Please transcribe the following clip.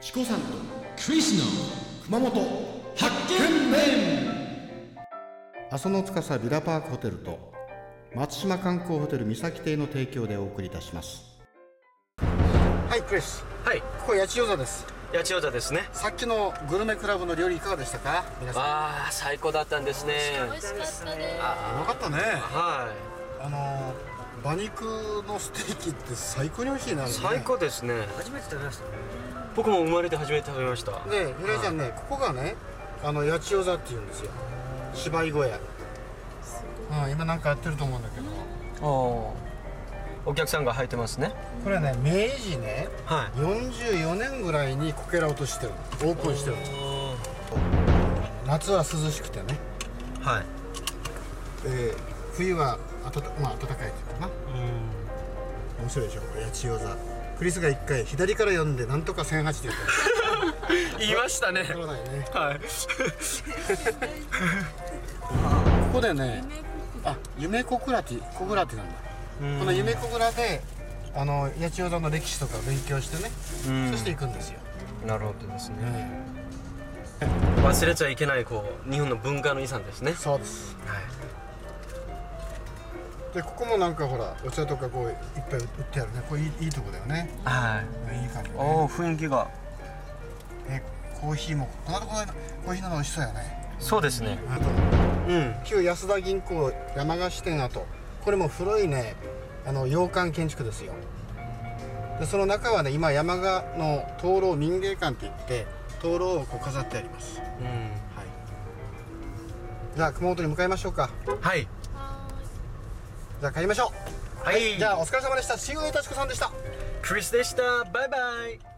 チコさんとクリスの熊本発見面阿蘇の司ビラパークホテルと松島観光ホテル三崎邸の提供でお送りいたしますはいクリスはい、ここ八千代座です八千代田ですね。さっきのグルメクラブの料理いかがでしたか皆さんああ、最高だったんですね。美味しかったね。うまかったねはあの馬肉のステーキって最高に美味しいな、い、最高ですね。初めて食べました僕も生まれて初めて食べました。でゆらちゃんねここがねあの八千代座っていうんですよ芝居小屋うん、今なんかやってると思うんだけどおお。お客さんが入ってますね。これね明治ねは44年ぐらいにこけら落としてるオープンしてるい。夏は涼しくてね、はい。えー冬は暖か,、まあ、暖かいっていうかな面白いでしょこれ八千代座クリスが一回左から読んでなんとか1008って言っ言いましたねた。らわからないねはい。ここでねあ夢小倉ティ小倉ティなんだこの夢小倉であの八千代座の歴史とかを勉強してね、うんそして行くんですよ、なるほどですね。忘れちゃいけないこう日本の文化の遺産ですね。そうですはい。でここもなんかほらお茶とかこういっぱい売ってあるねこれいいいいとこだよねはい。いい感じ、ね、おお、雰囲気が。えコーヒーもこのところコーヒーの美味しそうやねそうですね。あとうん。旧安田銀行山菓子店跡これも古いねあの洋館建築ですよでその中はね今山鹿の灯籠民芸館っていって灯籠をこう飾ってあります、はうん。い、じゃあ熊本に向かいましょうかはい。じゃあ帰りましょうはいじゃあお疲れ様でした See you えたちこさんでしたクリスでした。バイバイ。